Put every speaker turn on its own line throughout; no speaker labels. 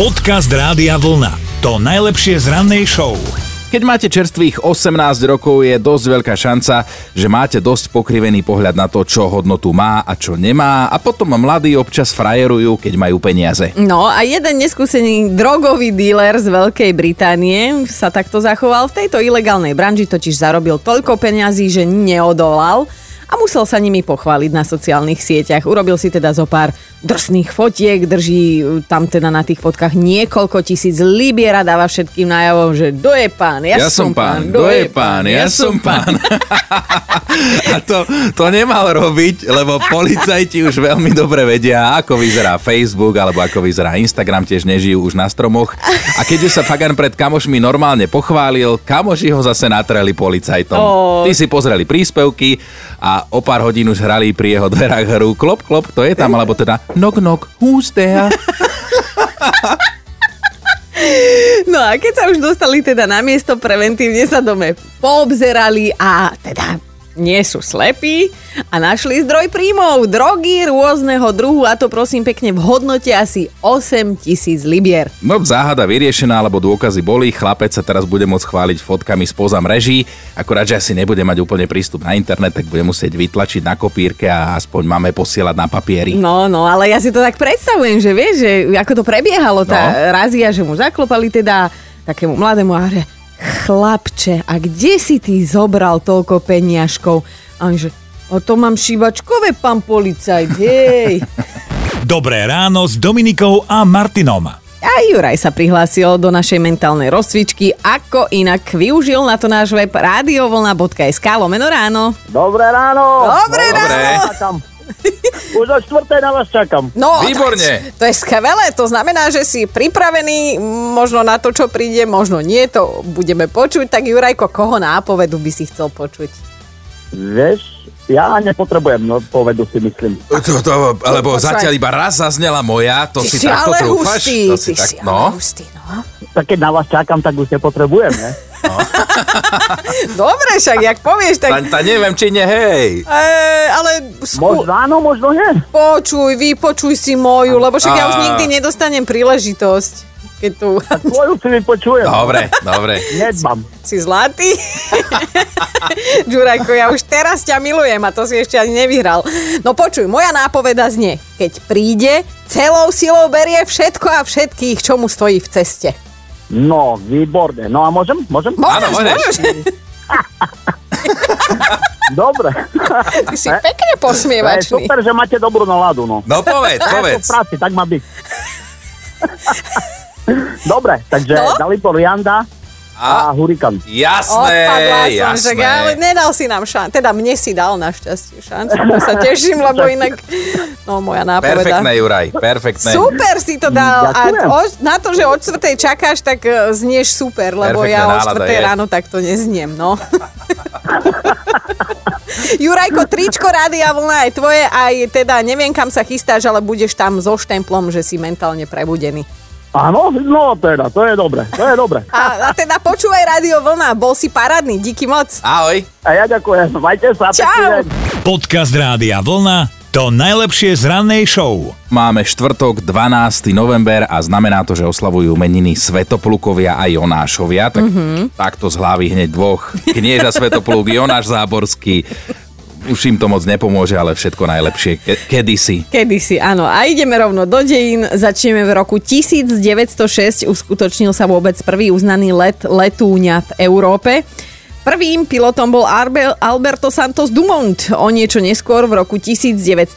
Podcast Rádia Vlna. To najlepšie z rannej show.
Keď máte čerstvých 18 rokov, je dosť veľká šanca, že máte dosť pokrivený pohľad na to, čo hodnotu má a čo nemá a potom mladí občas frajerujú, keď majú peniaze.
No a jeden neskúsený drogový díler z Veľkej Británie sa takto zachoval. V tejto ilegálnej branži totiž zarobil toľko peňazí, že neodolal a musel sa nimi pochváliť na sociálnych sieťach. Urobil si teda zo pár drsných fotiek, drží e, tam teda na tých fotkách niekoľko tisíc libier a dáva všetkým najavo, že kto je pán, ja,
pán. a to, to nemal robiť, lebo policajti už veľmi dobre vedia, ako vyzerá Facebook alebo ako vyzerá Instagram, tiež nežijú už na stromoch. A keď už sa Fagan pred kamošmi normálne pochválil, kamoši ho zase natreli policajtom.
Ó.
Tí si pozreli príspevky a o pár hodín už hrali pri jeho dverách hru klop, klop, kto je tam, alebo teda knock, knock, who's there?
No a keď sa už dostali teda na miesto, preventívne sa dome poobzerali a teda nie sú slepí a našli zdroj príjmov, drogy rôzneho druhu a to prosím pekne v hodnote asi 8 tisíc libier.
No, záhada vyriešená, lebo dôkazy boli, chlapec sa teraz bude môcť chváliť fotkami spoza mreží, akorát, že asi nebude mať úplne prístup na internet, tak bude musieť vytlačiť na kopírke a aspoň máme posielať na papieri.
No, no, ale ja si to tak predstavujem, že vieš, že ako to prebiehalo tá
No.
razia, že mu zaklopali teda takému mladému a že chlapče, a kde si ty zobral toľko peniažkov? A on že, o to mám šíbačkové, pán policajt, hej.
Dobré ráno s Dominikou a Martinom.
A Juraj sa prihlásil do našej mentálnej rozcvičky, ako inak využil na to náš web radiovolna.sk lomeno ráno.
Dobré ráno.
Dobré
Dobré. ráno.
Čakám. Už od štvrtej na vás čakám.
No,
Výborne.
Tak, to je skvelé, to znamená, že si pripravený m, možno na to, čo príde, možno nie, to budeme počuť. Tak Jurajko, koho nápovedu by si chcel počuť?
Vieš, ja nepotrebujem, no povedu si myslím.
To, to, lebo
Počúvaj.
zatiaľ iba raz zaznela moja, to si, takto
ale
trúfaš?
hustý,
To
ty
si tak,
si ale
no.
hustý, no.
Tak keď na vás čakám, tak už nepotrebujem, ne?
Dobre, však, jak povieš, tak...
Ta, ta neviem, či ne, hej.
E, ale skú...
Možno áno, možno nie.
počuj, vypočuj si moju, lebo však ja už
A-
nikdy nedostanem príležitosť, keď tu
Tvoju si vypočujem.
Dobre, dobre.
Nedbám.
si zlatý. Žurajko, ja už teraz ťa milujem a to si ešte ani nevyhral. No počuj, moja nápoveda znie, keď príde, celou silou berie všetko a všetkých, čo mu stojí v ceste.
No, výborne. No a môžem? Môžem?
Môžeš,
Áno, môžeš.
môžeš.
Dobre.
Ty si pekne
To je
posmievačný.
super, že máte dobrú náladu, no.
No povedz,
Povedz.
povedz.
V práci, tak má byť. Dobre, takže
No?
Dalibor Janda
A,
a Hurikan.
jasné,
Odpadla som, že ale
jasné.
nedal si nám šancu. Teda mne si dal našťastie šancu. To sa teším, lebo inak... No, moja nápoveda.
Perfektné, Juraj, perfektné.
Super si to dal. A
Ďakujem.
o, na to, že od čtvrtej čakáš, tak e, znieš super, lebo
Perfektná
ja o
nálada
čtvrtej
je.
ráno takto nezniem, no. Jurajko, tričko Rádia Vlna je tvoje, aj teda neviem, kam sa chystáš, ale budeš tam so štemplom, že si mentálne prebudený.
Áno, no teda, to je dobre, to je dobre.
A, a teda počúvaj Rádio Vlna, bol si parádny, díky moc.
Ahoj.
A ja ďakujem, majte sa. pekný
Čau.
deň.
Podcast Rádia Vlna. To najlepšie z rannej show.
Máme štvrtok, 12. november a znamená to, že oslavujú meniny Svetoplukovia a Jonášovia. Tak, mm-hmm. Takto z hlavy hneď dvoch. Knieža Svetopluk, Jonáš Záborský. Už im to moc nepomôže, ale všetko najlepšie. Ke- kedysi.
Kedysi, áno. A ideme rovno do dejín. Začneme v roku 1906. Uskutočnil sa vôbec prvý uznaný let letúňa v Európe. Prvým pilotom bol Arbe- Alberto Santos Dumont. O niečo neskôr v roku 1918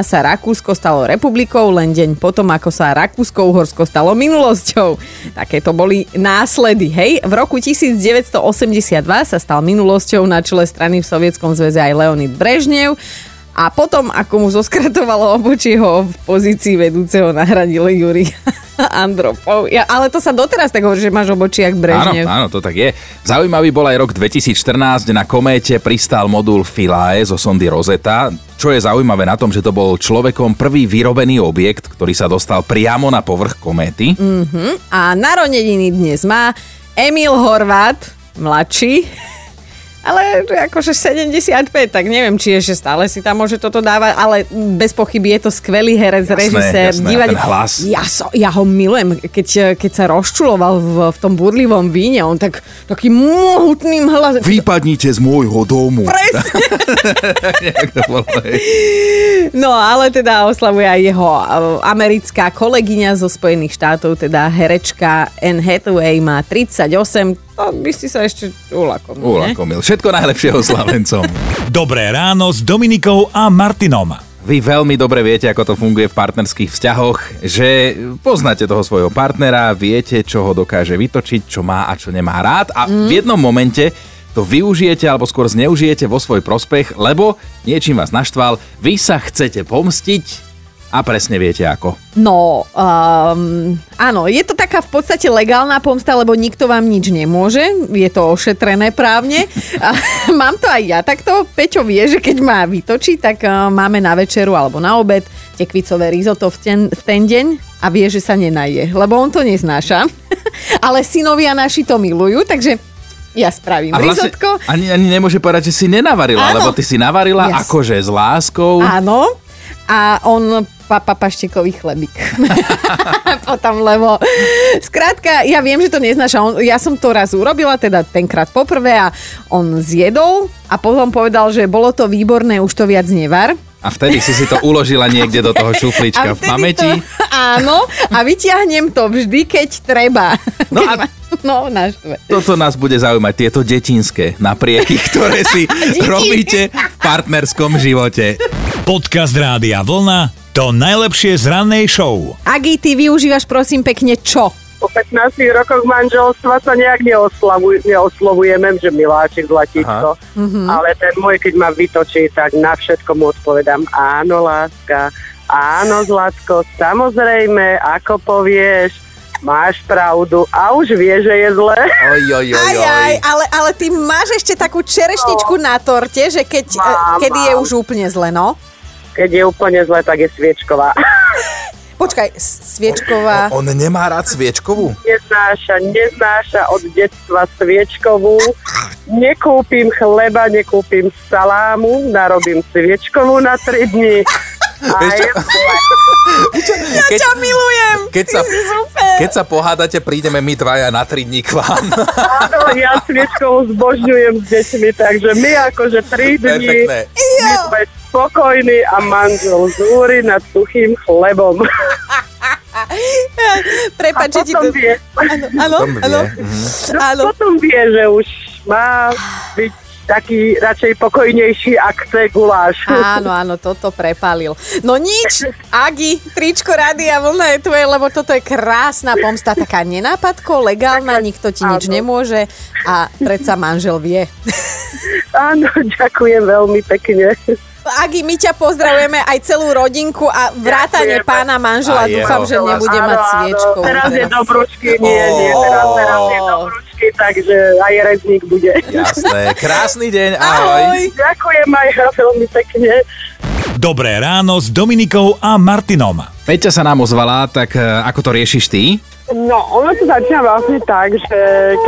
sa Rakúsko stalo republikou, len deň potom, ako sa Rakúsko-Uhorsko stalo minulosťou. Také to boli následy, hej? V roku 1982 sa stal minulosťou na čele strany v Sovietskom zväze aj Leonid Brežnev. A potom, ako mu zoskratovalo obočie, ho v pozícii vedúceho nahradil Juri Andropov. Ja, ale to sa doteraz tak hovorí, že máš obočie jak
Áno,
Brežnev.
áno, to tak je. Zaujímavý bol aj rok 2014, kde na kométe pristál modul Philae zo sondy Rosetta. Čo je zaujímavé na tom, že to bol človekom prvý vyrobený objekt, ktorý sa dostal priamo na povrch kométy. Mm.
A narodeniny dnes má Emil Horvát, mladší, Ale akože 75, tak neviem, či ešte stále si tam môže toto dávať, ale bez pochyby je to skvelý herec,
Jasné,
režisér,
jasné, a
divadel.
ten hlas.
Ja, so, ja ho milujem, keď, keď sa rozčuloval v, v tom burlivom víne, on tak takým mohutným hlasom.
Vypadnite z môjho domu.
Presne.
Nejak to bolo, hej.
No ale teda oslavuje aj jeho eh, americká kolegyňa zo Spojených štátov, teda herečka Anne Hathaway má 38, to by si sa ešte uľakomil. ne?
Uľakomil. Všetko najlepšieho slavencom.
Dobré ráno s Dominikou a Martinom.
Vy veľmi dobre viete, ako to funguje v partnerských vzťahoch, že poznáte toho svojho partnera, viete, čo ho dokáže vytočiť, čo má a čo nemá rád a
Mhm.
v jednom momente to využijete alebo skôr zneužijete vo svoj prospech, lebo niečím vás naštval, vy sa chcete pomstiť a presne viete ako.
No, um, áno, je to taká v podstate legálna pomsta, lebo nikto vám nič nemôže, je to ošetrené právne. A mám to aj ja, takto Peťo vie, že keď ma vytočí, tak uh, máme na večeru alebo na obed tekvicové risotto v ten, v ten deň a vie, že sa nenaje, lebo on to neznáša. Ale synovia naši to milujú, takže ja spravím
vlastne
risotko.
ani, ani nemôže povedať, že si nenavarila,
Áno.
lebo ty si navarila
Jasne.
akože s láskou.
Áno. A on papa paštikový chlebík. Potom, lebo... Skrátka, ja viem, že to neznáša. On, ja som to raz urobila, teda tenkrát poprvé a on zjedol a potom povedal, že bolo to výborné, už to viac nevar.
A vtedy si si to uložila niekde do toho
A
šuflička v
vtedy
pamäti.
To, áno, a vyťahnem to vždy, keď treba.
No
keď
a-
ma, no naštve.
Toto nás bude zaujímať, tieto detinské naprieky, ktoré si robíte v partnerskom živote.
Podcast Rádia Vlna to najlepšie z rannej show.
Agi, ty využívaš prosím pekne čo?
po 15 rokoch manželstva sa nejak neoslavuj, neoslovujeme, že miláčik, zlatíčko. Ale ten môj, keď ma vytočí, tak na všetko mu odpovedám áno, láska, áno, zlatko, samozrejme, ako povieš, máš pravdu a už vie, že je zlé.
Oj, oj, oj,
Aj, aj,
oj.
ale, ale ty máš ešte takú čerešničku na torte, že keď, e,
No. Mám,
kedy je
mám.
už úplne zle, no?
Keď je úplne zlé, tak je sviečková.
Počkaj, s- sviečková.
On nemá rád sviečkovú?
Neznáša, neznáša od detstva sviečkovú. Nekúpim chleba, nekúpim salámu, narobím sviečkovú na 3 dní. A
Vieš čo?
je zle.
Keď,
Ťa milujem!
keď sa-
Ty si super!
keď sa pohádate, prídeme my dvaja na tri dní k vám.
Áno, ja sviečkovú zbožňujem s deťmi, takže my akože 3 dní
Perfektné.
my sme spokojní a manžel zúri nad suchým chlebom.
Prepač, že ti to...
Potom vie,
Áno,
Potom vie.
áno,
Mhm.
áno.
potom vie, že už má byť taký radšej pokojnejší a chce guláš.
Áno, áno, toto prepálil. No nič, Agi, tričko Rádia Vlna je tvoje, lebo toto je krásna pomsta, taká nenápadko, legálna, nikto ti nič
áno.
nemôže a predsa manžel vie.
Áno, ďakujem veľmi pekne.
Agi, my ťa pozdravujeme aj celú rodinku a vrátane
Ďakujeme.
pána
A
manžela.
jeho.
Dúfam, že nebude
Áno,
mať
áno,
sviečku.
Teraz je dobrúčky, nie, nie, teraz, teraz je dobrúčky, takže aj rezník bude.
Jasné. Krásny deň, ahoj.
Ahoj.
Ďakujem aj veľmi pekne.
Dobré ráno s Dominikou a Martinom.
Peťa sa nám ozvala, tak e, ako to riešiš ty?
No, ono to začína vlastne tak, že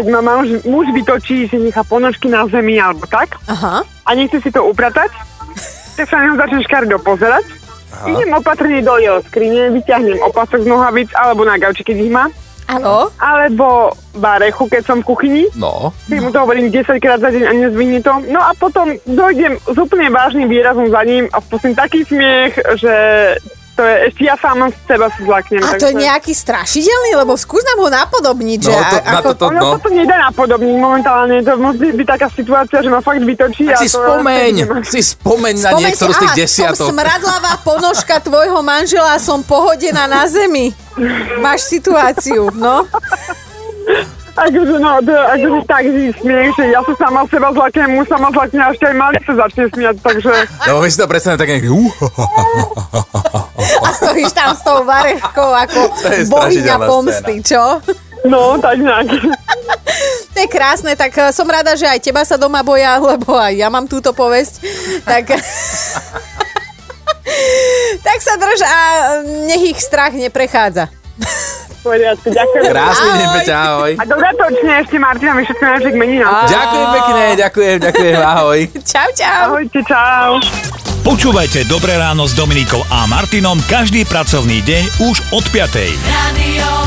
keď ma muž, muž vytočí, že nechá ponožky na zemi alebo tak
Aha.
a nechce si to upratať, tak sa na neho začne škardo pozerať. Idem opatrne do jeho skrine, vyťahnem opasok z nohavic alebo na gauči, keď ich má,
Áno.
alebo barechu, keď som v kuchyni.
No.
Keď mu to hovorím 10 krát za deň a nezvinie to. No a potom dojdem s úplne vážnym výrazom za ním a spustím taký smiech, že to je, ešte ja sama z tak seba sa zlaknem.
A to je nejaký strašidelný, lebo skús nám ho
No,
napodobniť,
to,
že a-
na
ako...
toto,
Ono
no.
sa to nedá napodobniť momentálne, to musí byť taká situácia, že ma fakt vytočí.
Tak si
to-
spomeň, si spomeň na
Spomeň
niektorú
si,
z tých
aha,
desiatok.
Som smradlavá ponožka tvojho manžela, som pohodená na zemi. Máš situáciu, no?
Akože, no, to, je akože tak si smiech, že ja sa sama seba zlaknem, mu sama zlakne a ešte aj malý sa začne smiať, takže...
No vy si to predstavte tak nejak... Uh, ho, ho, ho.
A stojíš tam s tou varechkou ako
To je
bohyňa
strašidelná
pomsty, čo?
No, tak nejak.
To je krásne, tak eh, som rada, že aj teba sa doma boja, lebo aj ja mám túto povesť. Tak... tak sa drž a nech ich strach neprechádza.
poriadku, ďakujem.
Krásny deň, Peťa, ahoj.
A dodatočne ešte Martina, my všetko najlepšie k meninám.
Ďakujem pekne, ďakujem, ďakujem, ahoj.
Čau, čau.
Ahojte, čau.
Počúvajte Dobré ráno s Dominikou a Martinom každý pracovný deň už od 5.
Radio